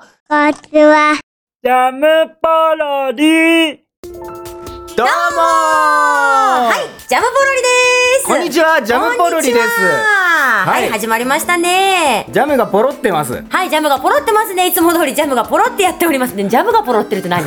ちは。ジャムパロディどうもはいジャムポロリですこんにちはジャムポロリですこんにちはははいい、始まりましたねジャムがポロってますはいジャムがポロってますねいつも通りジャムがポロってやっておりますねジャムがポロってるっ て何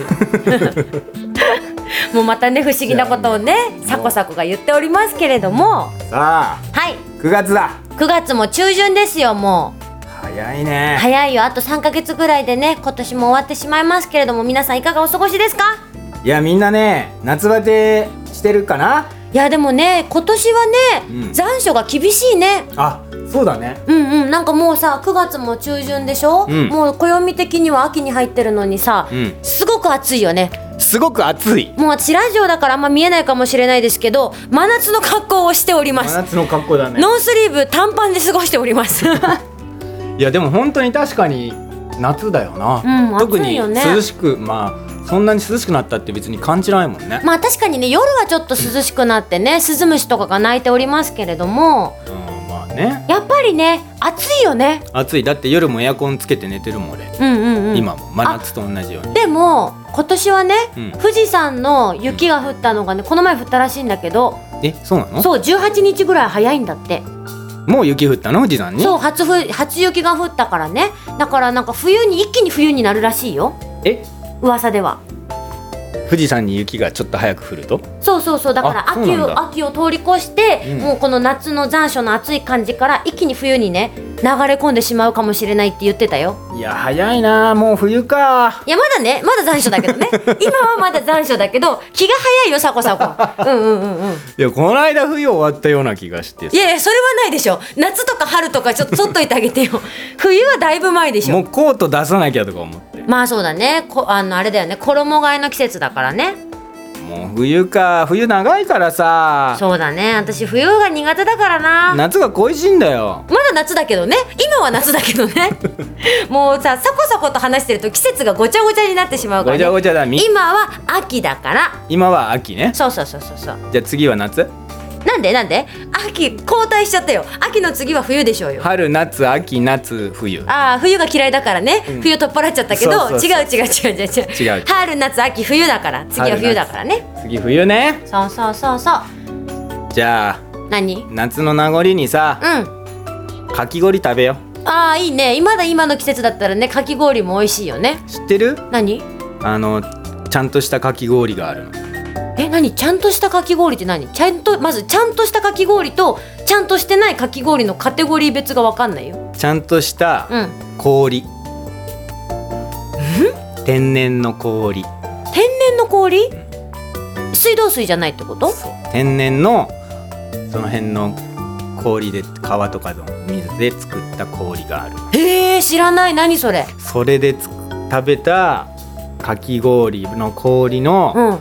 もうまたね不思議なことをねサコサコが言っておりますけれどもさあはい9月だ9月も中旬ですよもう早いね、早いよあと3ヶ月ぐらいでね今年も終わってしまいますけれども皆さんいかがお過ごしですかい、やみんなね夏バテしてるかないやでもね今年はね、うん残暑が厳しいねあそうだねうんうんなんかもうさ9月も中旬でしょ、うんもう暦的には秋に入ってるのにさ、うんすごく暑いよねすごく暑いもう私ラジオだからあんま見えないかもしれないですけど真夏の格好をしておりま真す夏の格好だねノースリーブ短パンで過ごしております いやでも本当に確かに夏だよな、うん特暑いによね涼しくまあそんなに涼しくなったって別に感じないもんね、まあ確かにね夜はちょっと涼しくなってねスズムシとかが鳴いておりますけれどもうん、まあねやっぱりね暑いよね暑いだって夜もエアコンつけて寝てるもん俺、うんうんうん今も真夏と同じようにでも今年はね、うん富士山の雪が降ったのがねこの前降ったらしいんだけどえそうなのそう18日ぐらい早いんだってもう雪降ったの富士山にそう初ふ初雪が降ったからねだからなんか冬に一気に冬になるらしいよえ噂では富士山に雪がちょっと早く降るとそうそうそうだからあそうな秋んだを秋を通り越して、うんもうこの夏の残暑の暑い感じから一気に冬にね流れ込んでしまうかもしれないって言ってたよいや早いなもう冬かいやまだねまだ残暑だ けどね今はまだ残暑だけど気が早いよさこさこうんうんうんうんいやこの間冬終わったような気がしていやいやそれはないでしょ夏とか春とかちょっと取っといてあげてよ 冬はだいぶ前でしょもうコート出さなきゃとか思ってまあそうだねこあのあれだよね衣替えの季節だからねもう冬か冬長いからさそうだね私冬が苦手だからな夏が恋しいんだよまだ夏だけどね今は夏だけど ねもうさサコサコと話してると季節がごちゃごちゃになってしまうごから、ちね、ゃごちゃだみ今は秋だから今は秋ねそうそうそうそうそうじゃあ次は夏なんでなんで秋交代しちゃったよ秋の次は冬でしょうよ春夏秋夏冬ああ冬が嫌いだからね、冬取っ払っちゃったけどそうそうそう違う違う違う違う違う違う春夏秋冬だから次は冬だからね次冬ねそうそうそうそうじゃあ何うん夏の名残にさあかき氷食べよあーいいねまだ今の季節だったらねかき氷も美味しいよね知ってる何あのちゃんとしたかき氷があるのえ何ちゃんとしたかき氷って何ちゃんとまずちゃんとしたかき氷とちゃんとしてないかき氷のカテゴリー別が分かんないよちゃんとしたうん氷天然の氷天然の氷水道水じゃないってこと天然のその辺の氷で川とかの水で作った氷があるへえ知らない何それそれでつく食べたかき氷の氷うの、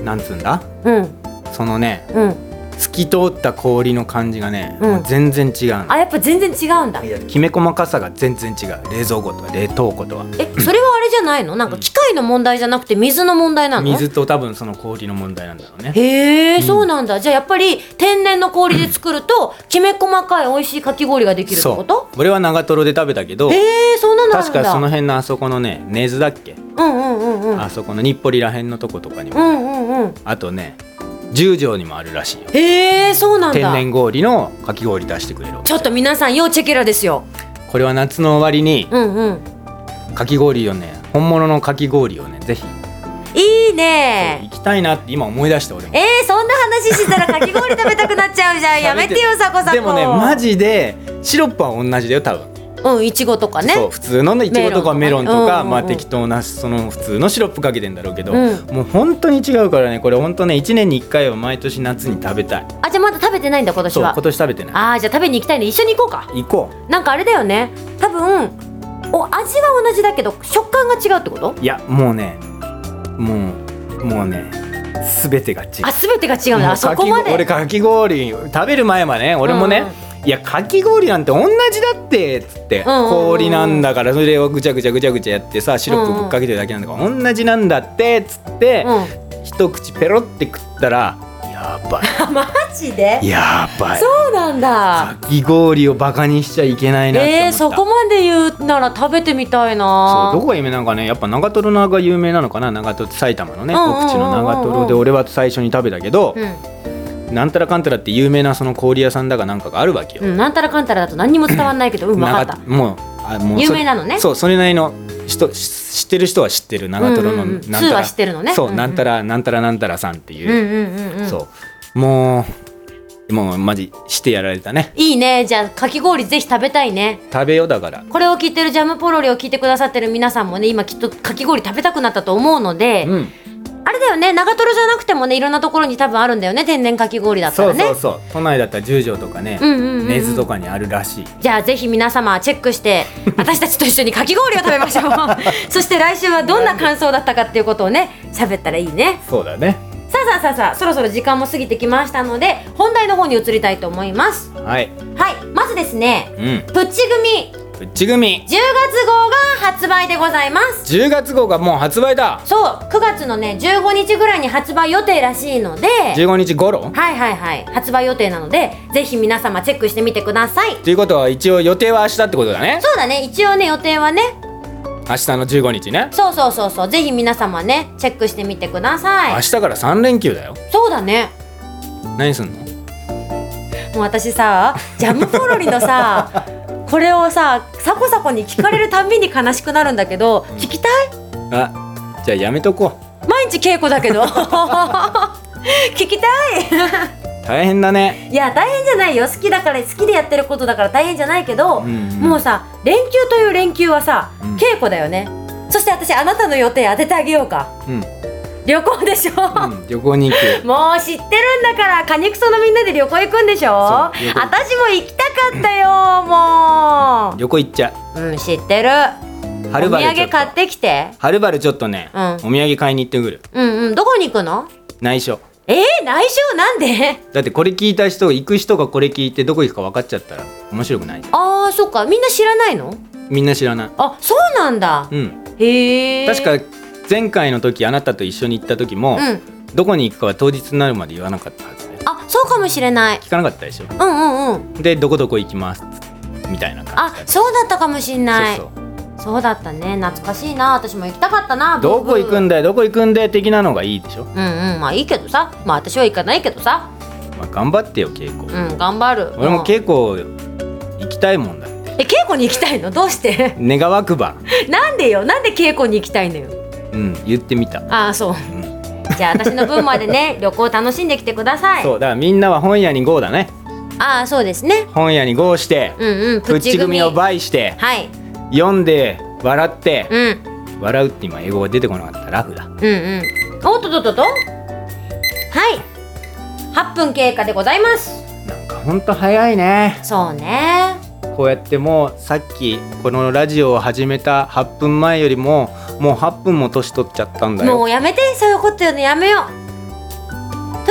んなんつうんだうんそのねうん透き通った氷の感じがね、うんもう全然違うのあやっぱ全然違うんだいやきめ細かさが全然違う冷蔵庫とは冷凍庫とはえそれはあれじゃないのなんか機械の問題じゃなくて水の問題なの水と多分その氷の問題なんだろうねへえ、そうなんだじゃあやっぱり天然の氷で作るときめ細かい美味しいかき氷ができるってそこうと俺は長トロで食べたけどへえそうなのなんだ確かその辺のあそこのね根津だっけ、うんうんうんうんあそこの日暮里らへんのとことかにも、うんうんうんあとね十条にもあるらしいよへえそうなん天だ然氷のかき氷出してくれるちょっと皆さん要チェケラですよこれは夏の終わりにうんうんかき氷をね本物のかき氷をねぜひいい行ねきたいなって今思い出した俺もえー、そんな話してたらかき氷食べたくなっちゃう じゃんやめてよさこさこでもねマジでシロップは同じだよ多分、うんいちごとかねそう普通のねいちごとかメメロロンンとかとかねうんうんうんまあ適当なその普通のシロップかけてんだろうけど、うんもう本当に違うからねこれ本当ね1年に1回は毎年夏に食べたいあじゃあまだ食べてないんだ今年そうは今年食べてないあーじゃあ食べに行きたいね一緒に行こうか行こうなんかあれだよね多分お味は同じだけど食感が違うってこといやもうねもうもうね全てが違うあ全てが違うんもだうあそこまかき俺でかき氷食べる前はね俺もね、いやかき氷なんて同じだってっつって、うんうんうん氷なんだからそれをぐちゃぐちゃぐちゃぐちゃやってさシロップぶっかけてるだけなんだから、同じなんだってっつって、うん一口ペロって食ったらややば マジでいやばいそうなんだかき氷をバカにしちゃいけないなって思った、えー、そこまで言うなら食べてみたいなそうどこが有名なのかねやっぱ長瀞のが有名なのかな長瀞埼玉のねうんうんうんうんうん奥地の長瀞で俺は最初に食べたけど、うんなんたらかんたらって有名なその氷屋さんだかなんかがあるわけよ、うん、なんたらかんたらだと何にも伝わんないけど、うん、分かった長。もうあもうそれ有名なのねそうそれなりの人し知ってる人は知ってる長瀞のうんうんうんなんたら、通は知ってるのねそう、うんうんなんたらなんたらなんたらさんってうんういう、んうんうん。そうもうもうマジしてやられたねいいね、じゃあ、かき氷ぜひ食べたいね。食べようだからこれを聞いてるジャムポロリを聞いてくださってる皆さんもね、今きっとかき氷食べたくなったと思うので、うんあれだよね、長瀞じゃなくてもね、いろんなところに多分あるんだよね、天然かき氷だったそらうね。そうそう都内だったら十条とかね、うんうんうんうん根津とかにあるらしいじゃあぜひ皆様チェックして 私たちと一緒にかき氷を食べましょうそして来週はどんな感想だったかっていうことをね喋ったらいいねそうだねさあさあさあさあそろそろ時間も過ぎてきましたので本題の方に移りたいと思いますはいはいまずですねうんプッチ組プッチ組10月号が発売でございます10月号がもう発売だそう9月のね15日ぐらいに発売予定らしいので15日頃はいはいはい発売予定なのでぜひ皆様チェックしてみてくださいということは一応予定は明日ってことだねそうだね一応ね予定はね明日の15日ねそうそうそうそうぜひ皆様ねチェックしてみてくださ明い日から3連休だよそうだね何すんのもう私さジャムポロリの さこれをさサコサコに聞かれるたんびに悲しくなるんだけど聞きたいあじゃあやめとこ毎日稽古だ けど聞きたいう大変だねいや大変じゃないよ好きだから好きでやってることだから大変じゃないけど、うんうんもうさ連休という連休はさ、うん稽古だよねそして私あなたの予定当ててあげようかうん、旅行でしょ、うん、旅行に行くもう知ってるんだからカニクソのみんなで旅行行くんでしょそう旅行私も行きたかった よ旅行行っちゃうもううん知ってるお土はるばるちょ産っと買ってきてはるばるちょっとね、うんお土産買いに行ってくるうんうんどこに行くの内緒えー、内緒な んでだってこれ聞いた人行く人がこれ聞いてどこ行くか分かっちゃったら面白くないじゃんあーそっかみんな知らないのみんな知らないあそうなんだうんへえ確か前回の時あなたと一緒に行った時も、うんどこに行くかは当日になるまで言わなかったはずねあそうかもしれない聞かなかったでしょうんうんうんでどこどこ行きますみたいな感あじそうだったかもしんなそいそううそうだったね懐かしいな私も行きたかったなどこ行くんんだよどこ行くんだよ的なのがいいでしょ、うんうんまあいいけどさまあ私は行かないけどさまあ、頑張ってよ稽古、うん頑張る俺うもん稽古行きたいもんだってえ稽古に行きたいのどうして 願わくばなんでよなんで稽古に行きたいのようん言ってみた、ああそううんじゃあ私の分ま でね旅行楽しんできてくださいそうだからみんなは本屋に GO だねああそうですね本屋に GO して、うんうんププッッチチ組組を倍してはい読んで笑って、うん笑うって今英語が出てこなかったラフだうんうんおっとっとっとっとはい8分経過でございますなんかほんと早いねそうねこうやってもうさっきこのラジオを始めた8分前よりももう8分も年取っちゃったんだもようやめてそういうこと言うのやめようとり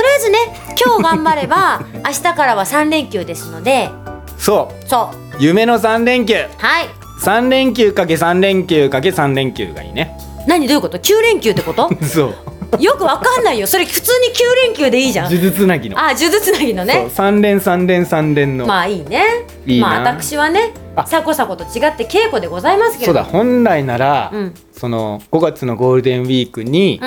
あえずね今日頑張れ ば明日からは3連休ですのでそうそう夢の3連休はい3連休かけ3連休かけ3連休がいいね 何どういうこと9連休ってことそうよくわかんないよそれ普通に9連休でいいじゃん呪術つなぎのあ数珠つなぎのそうね3連3連3連の、まあいいねいいなまあ私はねあさこさこと違って稽古でございますけれそどうだ本来なら、うんその5月のゴールデンウィークに,、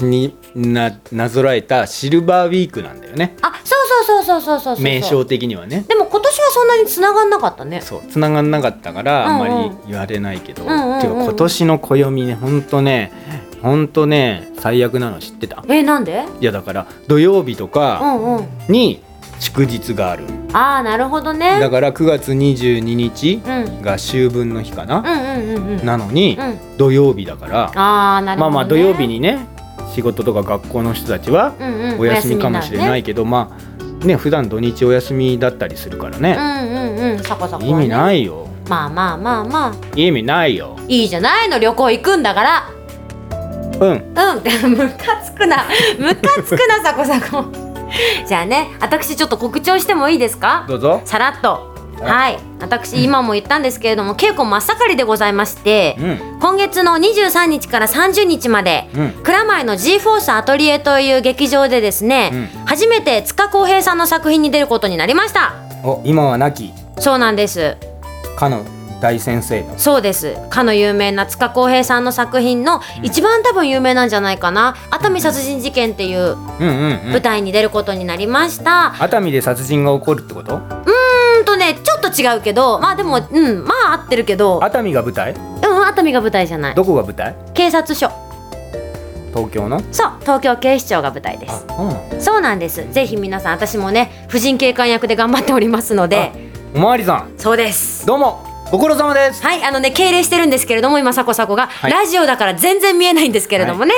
うんにななぞらえたシルバーウィークなんだよねあそうそうそうそうそうそうそう名称的にはねでも今年はそんなに繋がんなかったねそう繋がんなかったからあんまうんうんり言われないけど、うんうんうんていうか今年の暦ねほんとねほんとね最悪なの知ってたえなんでいやだから土曜日とうかんうんに祝日がある、ああなるほだどねから9月22日うんが秋分の日かうな、んうんうんうんなのに、うん土曜日だからああなるまあほど、ね、まあ土曜日にね仕事とか学校の人たちはうんうん、お休みかもしれないいけど、まあね普段土日お休みだったりするからね、うんうんうんサコサコはね、意味ないよまあまあまあまあ意味ないよいいじゃないの旅行行くんだからうんうん、ムカつくな、 ムカつくな、サコサコ。じゃあね、私ちょっと告知をしてもいいですかどうぞさらっと。はい私今も言ったんですけれども稽古真っ盛りでございまして、うん今月の23日から30日まで、うん蔵前の G フォースアトリエという劇場でですね、うん初めて塚浩平さんの作品に出ることになりましたお今は亡きそうなんですかの大先生のそうですかの有名な塚浩平さんの作品の一番多分有名なんじゃないかな熱海殺人事件っていうんううんう舞ん台に出ることになりました熱海で殺人が起こるってことうんとねちょっと違うけどまあでもうんまあ合ってるけど熱海が舞台うん熱海が舞台じゃないどこが舞台警察署東京のそう東京警視庁が舞台でそすうなのそうなんですぜひ皆さん私もね婦人警官役で頑張っておりますのでおまわりさんそうですどうもご苦労様ですはいあのね敬礼してるんですけれども今さこさこが、いラジオだから全然見えないんですけれどもね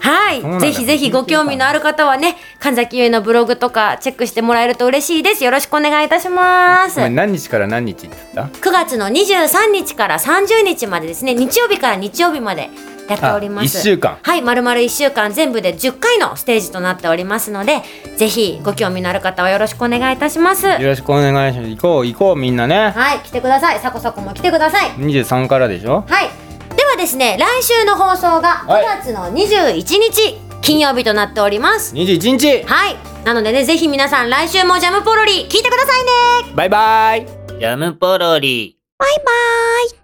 はいそうなんだぜひぜひご興味のある方はね神崎優衣のブログとかチェックしてもらえると嬉しいですよろしくお願いいたしますお前何日から何日って言っ9月の23日から30日までですね日曜日から日曜日までやっておりますあ一週間はい丸々1週間全部で10回のステージとなっておりますのでぜひご興味のある方はよろしくお願いいたしますたよろしくお願いします行こう行こうみんなねはい来てくださいさこさこも来てください23からでしょはいではですね来週の放送がはい9月の21日金曜日となっております21日はいなのでねぜひ皆さん来週もジャムポロリ聞いてくださいねバイバイジャムポロリ。バイバイ